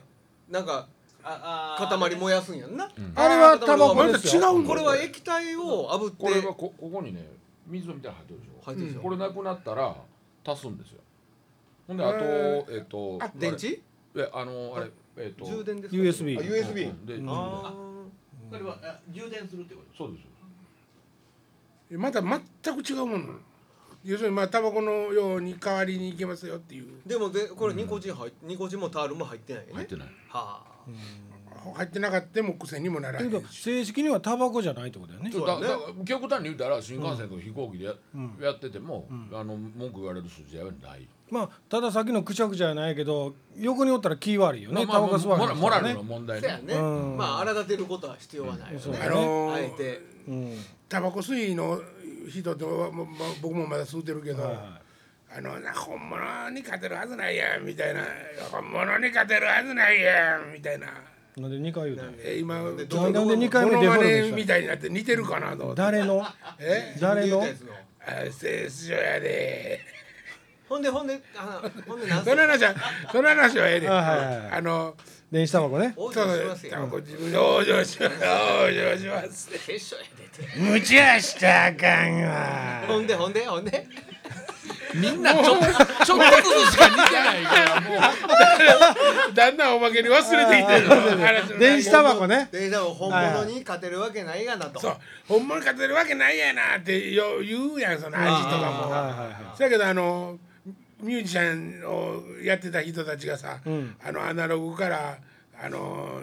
Speaker 4: なんか
Speaker 6: ああ
Speaker 4: 塊燃やすんやんな
Speaker 3: あれはタバコです
Speaker 2: あれ
Speaker 3: よ
Speaker 2: 違うんだ
Speaker 4: これは液体を炙って
Speaker 1: これはこここにね水みたいなの入ってるでしょ、
Speaker 4: 入ってるでしょ
Speaker 1: これなくなったら足すんですよほんであと
Speaker 2: へ
Speaker 1: えっ、と
Speaker 2: あ
Speaker 4: 電池
Speaker 1: あれえあのあれえっ、と
Speaker 4: 充電ですか
Speaker 3: USB
Speaker 4: あ USB
Speaker 1: うんで
Speaker 4: あ
Speaker 6: それはあ充電するってこと
Speaker 1: そうです
Speaker 2: また全く違うもの要するにまあタバコのように代わりにいけますよっていう
Speaker 4: ーでもでこれニコチン入っニコチンもタールも入ってないよね
Speaker 1: 入ってない
Speaker 4: はあ
Speaker 2: 入ってなかったも癖にもなら
Speaker 3: と
Speaker 2: ないいう
Speaker 3: か正式にはタバコじゃないってことだよね
Speaker 1: そう
Speaker 4: だ
Speaker 1: だ
Speaker 4: ね
Speaker 1: だから極端に言うたら新幹線とか飛行機でや,、ってても、あの文句言われる筋合いはない、
Speaker 3: まあたださっきのくちゃくちゃじゃないけど横におったら気悪いよね
Speaker 1: まあ
Speaker 3: タバ
Speaker 1: ま
Speaker 3: コ
Speaker 1: あ
Speaker 3: 吸わ
Speaker 1: モ
Speaker 3: れ
Speaker 1: ラモラ
Speaker 3: る
Speaker 1: ル
Speaker 3: ね
Speaker 1: の問題
Speaker 4: そうや
Speaker 1: ね
Speaker 4: ね
Speaker 3: うん
Speaker 4: まあ荒立てることは必要はないよね
Speaker 2: あのー
Speaker 4: あえて
Speaker 3: うん
Speaker 2: タバコ吸いの人とはもうま僕もまだ吸うてるけど、
Speaker 3: はいは
Speaker 2: あのな本物に勝てるはずないやみたいな本物に勝てるはずないやみたいな、
Speaker 3: いなんで2回言うたんや
Speaker 2: えー今
Speaker 4: で
Speaker 2: ちょっと
Speaker 4: なんで
Speaker 3: 二回目
Speaker 2: モノマネ
Speaker 3: デフォルメ
Speaker 2: み
Speaker 3: した
Speaker 2: たいになって似てるかなと思って
Speaker 3: 誰の
Speaker 2: え
Speaker 3: 誰の
Speaker 4: 言うたやつ
Speaker 2: あ聖書やで
Speaker 4: ほんでほんであのほんで 何
Speaker 2: その話はその話はええで、
Speaker 3: あはいはいはい
Speaker 2: あの
Speaker 3: 電子タバコね
Speaker 4: 往
Speaker 2: そう
Speaker 4: 生します
Speaker 2: タ
Speaker 4: よ
Speaker 2: バコ自分で往生します往生します
Speaker 4: 決勝やでって
Speaker 2: 無茶したらあかんわ
Speaker 4: ほんでほんでほんで
Speaker 1: みんなちょっとちょっとずつしか似てないからもう
Speaker 2: だんだんおまけに忘れてきてる話の内容
Speaker 3: 電子タバコね
Speaker 4: ででも本物に勝てるわけないがなと
Speaker 2: そう本物勝てるわけないやなってよ言うやんその味と
Speaker 3: はい
Speaker 2: か
Speaker 3: はいはい
Speaker 2: も。そやけどあのミュージシャンをやってた人たちがさ、あのアナログからあの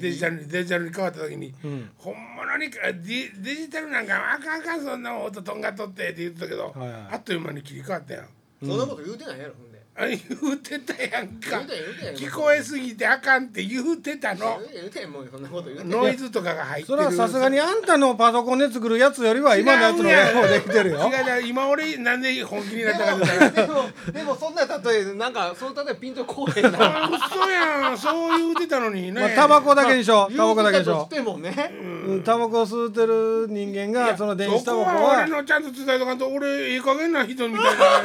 Speaker 2: デジタルにデジタルに変わった時に、本物にかデデジタルなんかあかんあかんそんな音とんがっとってって言ってたけど、
Speaker 3: はいはい
Speaker 2: あっという間に切り替わったやん。
Speaker 4: そんなこと言うてないやろほんで
Speaker 2: あ言うてたやんか
Speaker 4: 言うてん言うてん言うてん
Speaker 2: 聞こえすぎてあかんって言うてたの
Speaker 4: 言うてんもうそんなこと言うてん
Speaker 2: ノイズとかが入って
Speaker 3: そ
Speaker 2: る
Speaker 3: れはさすがにあんたのパソコンで作るやつよりは今のやつの方ができてるよ
Speaker 2: 違う違う今俺なんで本気になったかって言ったら
Speaker 4: でもでもそんな例えなんかその例えピンとこうへん な
Speaker 2: あ嘘やんそう言うてたのにね、
Speaker 3: まあタバコだけでしょタバコだけでし
Speaker 4: 言う
Speaker 3: ょ
Speaker 4: てたとしてもね
Speaker 3: うんタバコを吸ってる人間がその電子タ
Speaker 2: そ
Speaker 3: バ
Speaker 2: こ
Speaker 3: コ
Speaker 2: は
Speaker 3: は
Speaker 2: 俺のちゃんと伝えとかんと俺ええ加減な人みたいな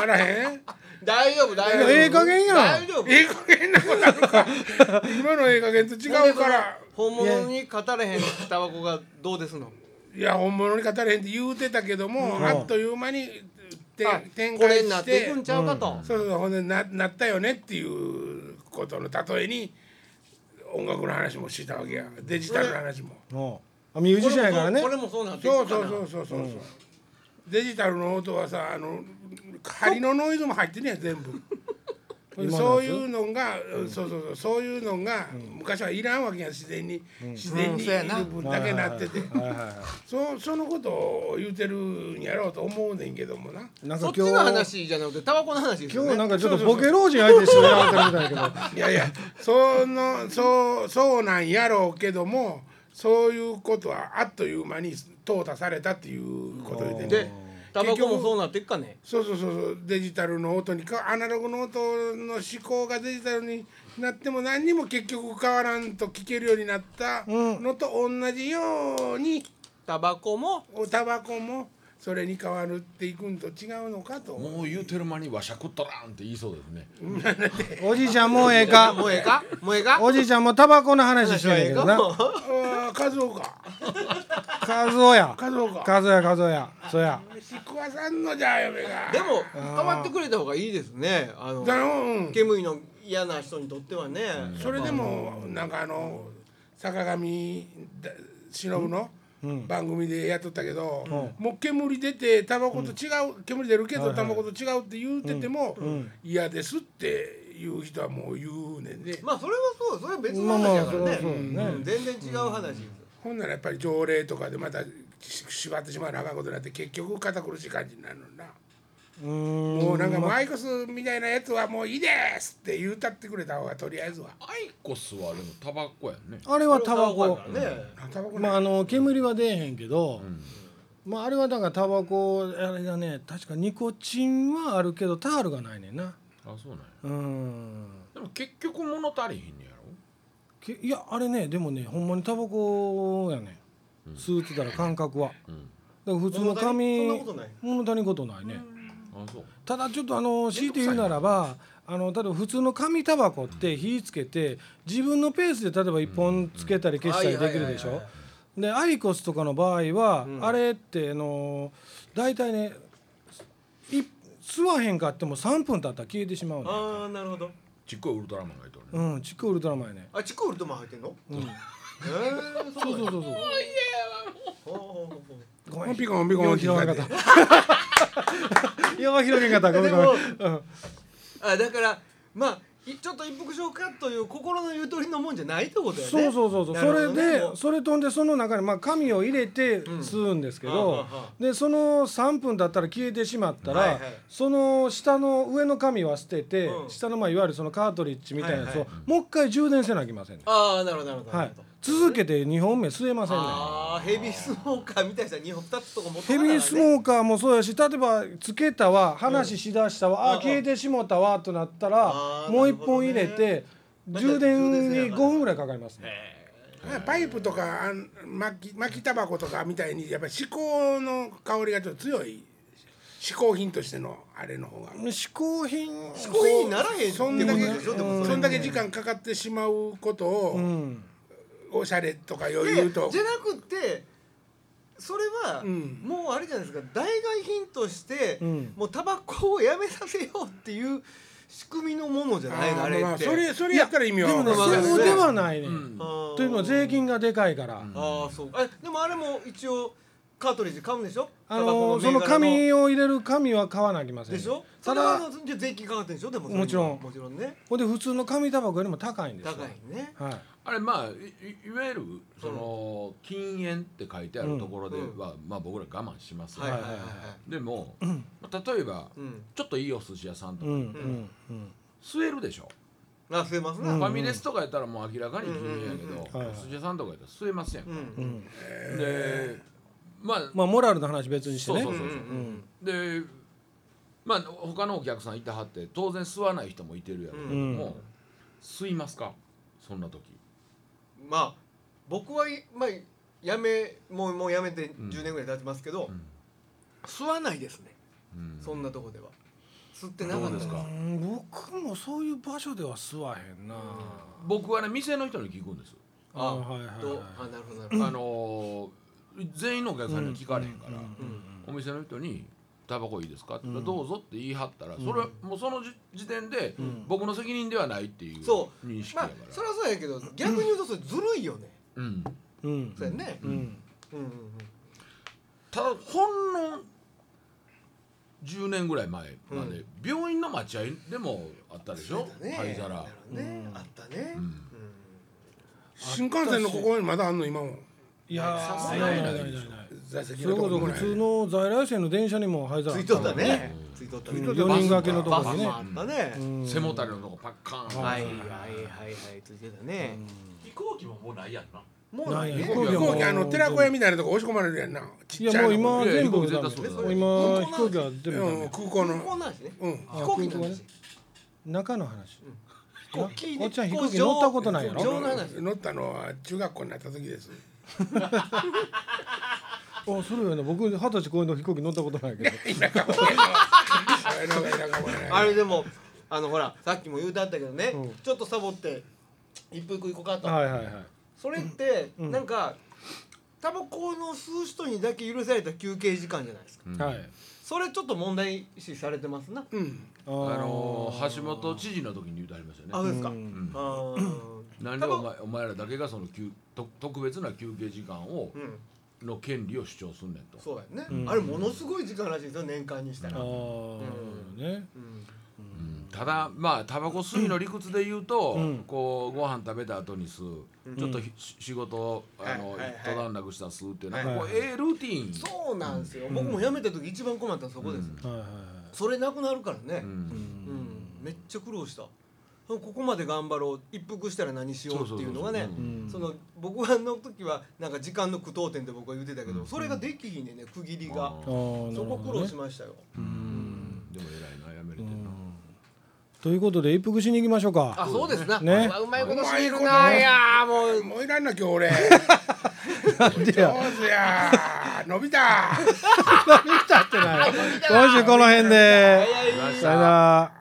Speaker 2: ならへん
Speaker 4: 大丈夫大丈夫
Speaker 3: ええ加減やん
Speaker 4: 大丈夫
Speaker 2: ええ加減なことある か今のええ加減と違うから
Speaker 4: 本物に勝たれへんタバコがどうですの
Speaker 2: いや本物に語れへんって言うてたけども、あっという間にて
Speaker 4: あ
Speaker 2: 展
Speaker 4: こ
Speaker 2: 開
Speaker 4: れにな
Speaker 2: し
Speaker 4: ってい
Speaker 2: て
Speaker 4: くんちゃうかと、
Speaker 2: そうそうほんでななったよねっていうことの例えに音楽の話もしたわけやデジタルの話も。
Speaker 3: もうミュージシャンやからね
Speaker 4: これもそうなん
Speaker 2: そうそうそうそうそうそう、デジタルの音はさあの仮のノイズも入ってんねや全部そういうのが、そうそうそうそういうのが、昔はいらんわけや自然に、自然にいる分だけなってて、
Speaker 3: はいはいは
Speaker 2: そそのことを言うてるんやろうと思うねんけどもない
Speaker 3: なん
Speaker 4: そ
Speaker 3: か
Speaker 4: っち
Speaker 3: 今
Speaker 4: の
Speaker 3: 日
Speaker 4: 話じゃなくてタバコの話ですよ
Speaker 3: 今
Speaker 4: ね
Speaker 3: 日なんかちょっとボケ老人相手にしてもらってるみたいだけ
Speaker 2: いやいやそのそうそうなんやろうけどもそういうことはあっという間に淘汰されたっていうことでね
Speaker 4: でタバコ
Speaker 2: 結
Speaker 4: も
Speaker 2: 局
Speaker 4: そうなっていくかね
Speaker 2: そうそうそうそうデジタルの音にかアナログの音の思考がデジタルになっても何にも結局変わらんと聞けるようになったのと同じように
Speaker 4: タバコも
Speaker 2: おタバコもそれに変わるっていくんと違うのかと
Speaker 1: もう言うてる間にわしゃくっとらんって言いそうですね
Speaker 3: おじいちゃんもうええか
Speaker 4: もうええかもうええか
Speaker 3: おじいちゃんもタバコの話してんねんけ どな
Speaker 2: ああ数尾か
Speaker 3: 数夫や
Speaker 2: 数尾か
Speaker 3: 数や数やそうや
Speaker 2: 飯食わさんのじゃあ嫁が
Speaker 4: でも変わってくれた方がいいですねあの
Speaker 2: だろうん
Speaker 4: 煙の嫌な人にとってはね、
Speaker 2: それでもなんかあの坂上だ忍の番組でやっとったけど、もう煙出てタバコと違う、煙出るけどタバコと違うって言うてても嫌、ですっていう人はもう言うねんで、
Speaker 4: まあそれはそうそれは別
Speaker 3: ま
Speaker 4: の
Speaker 3: あま
Speaker 4: 話
Speaker 3: あ
Speaker 4: だから
Speaker 3: そ
Speaker 4: ね,、
Speaker 3: れはそうだね
Speaker 4: うん全然違う話です、
Speaker 2: ほんならやっぱり条例とかでまたし縛ってしまうなあかんことになって結局堅苦しい感じになるのにな、
Speaker 3: うーん
Speaker 2: もうなんかもうアイコスみたいなやつはもういいですって言うたってくれた方がとりあえずは
Speaker 1: アイコスはでもタバコやね
Speaker 3: あれはタバコ
Speaker 4: だからね、
Speaker 2: あタバコね、
Speaker 3: まああの煙は出えへんけど、まああれはだからタバコあれだね確かニコチンはあるけどタールがないねんな
Speaker 1: あそうなんや
Speaker 3: うん
Speaker 1: でも結局物足りへんねやろ
Speaker 3: けいやあれねでもねほんまにタバコやねん吸ってたら感覚は、
Speaker 1: ん
Speaker 3: だから普通の
Speaker 4: そんな
Speaker 3: 紙
Speaker 4: ことない
Speaker 3: 物足りんことないね、
Speaker 1: あそう
Speaker 3: ただちょっとあの強いて言うならばあの例えば普通の紙タバコって火つけて自分のペースで例えば1本つけたり消したりできるでし
Speaker 4: はい
Speaker 3: ょ
Speaker 4: はいはいは
Speaker 3: でアイコスとかの場合は、あれってあの大体ねい吸わへんかっても3分経ったら消えてしまうの、
Speaker 4: ああなるほど
Speaker 1: ちっこいウルトラマンがいとるね
Speaker 3: うん、チックウルトラマンやね
Speaker 4: あチクウルトマン入ってんの、
Speaker 3: うん
Speaker 4: えー、
Speaker 3: そうそうそうそう
Speaker 4: ほうほうほう
Speaker 3: ごめ
Speaker 2: もうんピコンピコン
Speaker 3: よ
Speaker 2: っ
Speaker 3: う
Speaker 2: て
Speaker 3: 広
Speaker 2: 言
Speaker 3: げ
Speaker 2: って
Speaker 3: 方よう広げ方ごめんごめんうん
Speaker 4: あだからまあいちょっと一服しようかという心のゆとりのもんじゃないってことやね
Speaker 3: そうそうそうそう、
Speaker 4: な
Speaker 3: そ
Speaker 4: る
Speaker 3: れ
Speaker 4: ほどね
Speaker 3: で
Speaker 4: もう
Speaker 3: それとんでその中にまあ紙を入れて吸うんですけ
Speaker 4: はあ
Speaker 3: ど
Speaker 4: はあは、
Speaker 3: でその3分だったら消えてしまったら、
Speaker 4: はいはい
Speaker 3: その下の上の紙は捨てて、
Speaker 4: うん
Speaker 3: 下のまあいわゆるそのカートリッジみたいなやつを、
Speaker 4: はいは
Speaker 3: もう一回充電せなきゃいけませんね、
Speaker 4: ああなるほどなるほど
Speaker 3: は
Speaker 4: ないるほど、
Speaker 3: 続けて2本目吸えませんね
Speaker 4: ああヘビースモーカーみたいな日本2つとか持って
Speaker 3: ヘビースモーカーもそうやし例えばつけたわ話しだしたわ、
Speaker 4: うん
Speaker 3: あー消えてしもたわとなった
Speaker 4: あ
Speaker 3: ら
Speaker 4: ー
Speaker 3: もう1本入れて、
Speaker 4: なるほ
Speaker 3: 充
Speaker 4: どね
Speaker 3: 電に5分ぐらいかかりますね。
Speaker 2: パイプとかあん巻き巻きタバコとかみたいにやっぱり思考の香りがちょっと強い嗜好品としてのあれの方が
Speaker 3: 嗜好品
Speaker 4: 嗜好品にならへんって
Speaker 2: そ
Speaker 4: こと
Speaker 2: んだけ
Speaker 4: でしょでも
Speaker 2: そ
Speaker 4: そ
Speaker 2: ん
Speaker 4: れ
Speaker 2: だけ時間かかってしまうことを、
Speaker 3: うん
Speaker 2: おしゃれとか余
Speaker 4: で
Speaker 2: 裕と
Speaker 4: じゃなくてそれは
Speaker 2: うん
Speaker 4: もうあれじゃないですか代替品として
Speaker 3: うん
Speaker 4: もうタバコをやめさせようっていう仕組みのものじゃないのあれ
Speaker 2: まあ
Speaker 4: って
Speaker 2: それそれやったら意味は
Speaker 3: でもね、
Speaker 2: わか
Speaker 4: わ
Speaker 2: る
Speaker 4: かる
Speaker 3: そうではないね、
Speaker 1: ん
Speaker 4: あー
Speaker 3: というのは税金がでかいから、
Speaker 4: ああそうえでもあれも一応カートリッジ買うんでしょ
Speaker 3: あのーその
Speaker 4: タバコ銘柄
Speaker 3: 紙を入れる紙は買わなきません
Speaker 4: でしょ
Speaker 3: た
Speaker 4: ただ
Speaker 3: だ
Speaker 4: 税金かかってんでしょでもそれ
Speaker 3: もちろん
Speaker 4: もちろんね
Speaker 3: ほんで普通の紙タバコよりも高いんですよ
Speaker 4: 高いね
Speaker 3: はい、
Speaker 1: あれまあいいいわゆるその禁煙って書いてあるところで
Speaker 4: うん
Speaker 1: は、まあ僕ら我慢しますよ、
Speaker 4: はいはいはいは
Speaker 1: でも、まあ例えば
Speaker 4: いうん
Speaker 1: ちょっといいお寿司屋さんと
Speaker 3: うん
Speaker 1: か
Speaker 3: うんうん
Speaker 1: 吸えるでしょ、
Speaker 4: あ吸えますな
Speaker 1: ファミレスとかやったらもう明らかに禁煙やけど、
Speaker 3: うんうんうんはい
Speaker 1: お寿司屋さんとかやったら吸えません、
Speaker 4: うん
Speaker 3: う
Speaker 4: うん
Speaker 3: ん
Speaker 1: でまあ
Speaker 3: まあモラルの話別にしてね
Speaker 1: そうそうそううん
Speaker 4: うん
Speaker 1: でまあ他のお客さんいてはって当然吸わない人もいてるやろうけども、
Speaker 3: うん
Speaker 1: 吸いますかそんな時
Speaker 4: まあ僕はいまあやめもうもうやめて10年ぐらい経ちますけど、
Speaker 1: ん
Speaker 4: 吸わないですね、
Speaker 1: うん
Speaker 4: そんなとこでは吸ってなかった
Speaker 1: どうですか
Speaker 3: うん僕もそういう場所では吸わへんな、
Speaker 1: 僕はね店の人に聞くんです
Speaker 4: あ
Speaker 3: あはいはいはい
Speaker 4: とあなるほどなるほど、
Speaker 1: あのー全員のお客さんに聞かれへんから、
Speaker 4: うん
Speaker 1: お店の人に「タバコいいですか?」って言ったらどうぞ」って言い張ったら、それもうその時時点で僕の責任ではないっていう
Speaker 4: そ
Speaker 1: 認識
Speaker 4: ま
Speaker 1: やか
Speaker 4: あ
Speaker 1: ら、
Speaker 4: そりゃそうやけど逆に言うとそれずるいよね、
Speaker 1: うん、
Speaker 3: うん
Speaker 4: そうやね、う
Speaker 3: うんん
Speaker 4: うんうん、
Speaker 1: ただほんの10年ぐらい前まで、病院の待合でもあったでしょ
Speaker 4: ね
Speaker 1: 灰皿
Speaker 4: なるほどね、あったね、
Speaker 1: うん
Speaker 2: 新幹線のここにまだあんの今も
Speaker 3: いや
Speaker 1: さ
Speaker 3: ー
Speaker 1: す
Speaker 3: な
Speaker 1: が
Speaker 3: い
Speaker 1: に
Speaker 3: な
Speaker 1: ないい
Speaker 3: ないない
Speaker 2: 座席
Speaker 3: そ
Speaker 2: の
Speaker 3: れ
Speaker 2: と
Speaker 3: こ
Speaker 2: こ
Speaker 3: そ
Speaker 2: も
Speaker 3: 普
Speaker 2: ない
Speaker 3: 通の在来線の電車にも灰皿
Speaker 4: つ
Speaker 3: あ
Speaker 4: い
Speaker 3: た
Speaker 4: とっ
Speaker 3: も
Speaker 4: た
Speaker 3: んね
Speaker 4: ね、ついとったね、
Speaker 3: うん四人掛けのとこ
Speaker 4: バ
Speaker 3: ろ
Speaker 4: スも
Speaker 3: にね
Speaker 4: あったね、
Speaker 3: うん
Speaker 1: 背もたれのとこパッカーン、
Speaker 4: はいはいはいはいついてたね、
Speaker 6: 飛行機ももうないやんな
Speaker 4: もうない
Speaker 3: ない
Speaker 4: ね
Speaker 3: 飛行
Speaker 2: 飛行機あの寺子屋みたいなとこ押し込まれるやんなち
Speaker 3: い
Speaker 2: っち
Speaker 3: や
Speaker 2: ゃ
Speaker 3: も
Speaker 2: いうの
Speaker 3: 今
Speaker 1: いや
Speaker 3: 全部ダ
Speaker 1: 飛行
Speaker 3: メ
Speaker 1: 機絶対そうだ
Speaker 3: 今
Speaker 1: よ
Speaker 3: 飛行機は全部
Speaker 2: う
Speaker 3: ダメ
Speaker 2: ん、空港
Speaker 4: 飛行
Speaker 2: の、
Speaker 4: なんしね
Speaker 2: うん、
Speaker 3: あ
Speaker 4: 飛行機の
Speaker 3: 空港
Speaker 4: 話
Speaker 3: ね中の話
Speaker 4: 飛行機
Speaker 3: おっちゃん飛行機
Speaker 4: 上
Speaker 3: 乗ったことないや
Speaker 4: 上
Speaker 3: ろ
Speaker 4: の話
Speaker 2: 乗ったのは中学校になった時です
Speaker 3: あそれよね僕二十歳公演の飛行機乗ったことないけど
Speaker 4: あれでもあのほらさっきも言うてあったけどね、
Speaker 3: うん
Speaker 4: ちょっとサボって一服一個買った、
Speaker 3: はいはいはい
Speaker 4: それって、
Speaker 3: うん
Speaker 4: なんかタバコの吸う人にだけ許された休憩時間じゃないですか
Speaker 1: うん
Speaker 3: はい
Speaker 4: それちょっと問題視されてますな、
Speaker 3: あ
Speaker 1: あ
Speaker 3: ー
Speaker 1: のー橋本知事の時に言うてありました
Speaker 4: あ
Speaker 1: よね。
Speaker 4: そうですか、
Speaker 3: うん
Speaker 1: うん
Speaker 4: あー
Speaker 1: なんでお前お前らだけがその休と特別な休憩時間を
Speaker 4: うん
Speaker 1: の権利を主張すんねんと。
Speaker 4: そうやね、
Speaker 3: うん
Speaker 4: あれものすごい時間らしいですよ年間にした
Speaker 3: あ
Speaker 4: ら、うん
Speaker 3: ーね
Speaker 1: うんただまあタバコ吸いの理屈で言うと、
Speaker 3: うん
Speaker 1: こうご飯食べた後に吸う、ちょっとひし仕事をあの、
Speaker 4: はいはいはい
Speaker 1: 一段落したら吸うっていうのは、
Speaker 3: はい
Speaker 1: こうええルーティン。
Speaker 4: そうなんですよ、僕も辞めた時一番困ったのはそこです、
Speaker 3: はいはいは
Speaker 4: それなくなるからね、
Speaker 1: うん
Speaker 4: うんめっちゃ苦労したここまで頑張ろう一服したら何しようっていうのがね
Speaker 1: そうそうそう
Speaker 3: いうん
Speaker 4: その僕はあの時はなんか時間の苦闘点で僕は言ってたけど、それができひんねんね区切り
Speaker 1: あ
Speaker 4: が、
Speaker 3: あーな
Speaker 4: そ
Speaker 3: るほど
Speaker 4: こ苦労
Speaker 3: ね
Speaker 4: しましたよ、
Speaker 1: でも偉いなやめれて
Speaker 3: うんん
Speaker 1: な。
Speaker 3: ということで一服しに行きましょうか
Speaker 6: あそうですな、
Speaker 3: ね
Speaker 6: うまいことし
Speaker 2: してて
Speaker 6: る
Speaker 2: る
Speaker 6: な
Speaker 2: ないい
Speaker 6: やもう
Speaker 2: もういらんな今日俺
Speaker 3: なんで
Speaker 2: 上
Speaker 3: や
Speaker 2: 手や伸びた
Speaker 3: 見たってない今週この辺で
Speaker 1: いらっし
Speaker 3: さ
Speaker 1: ゃい
Speaker 3: よなら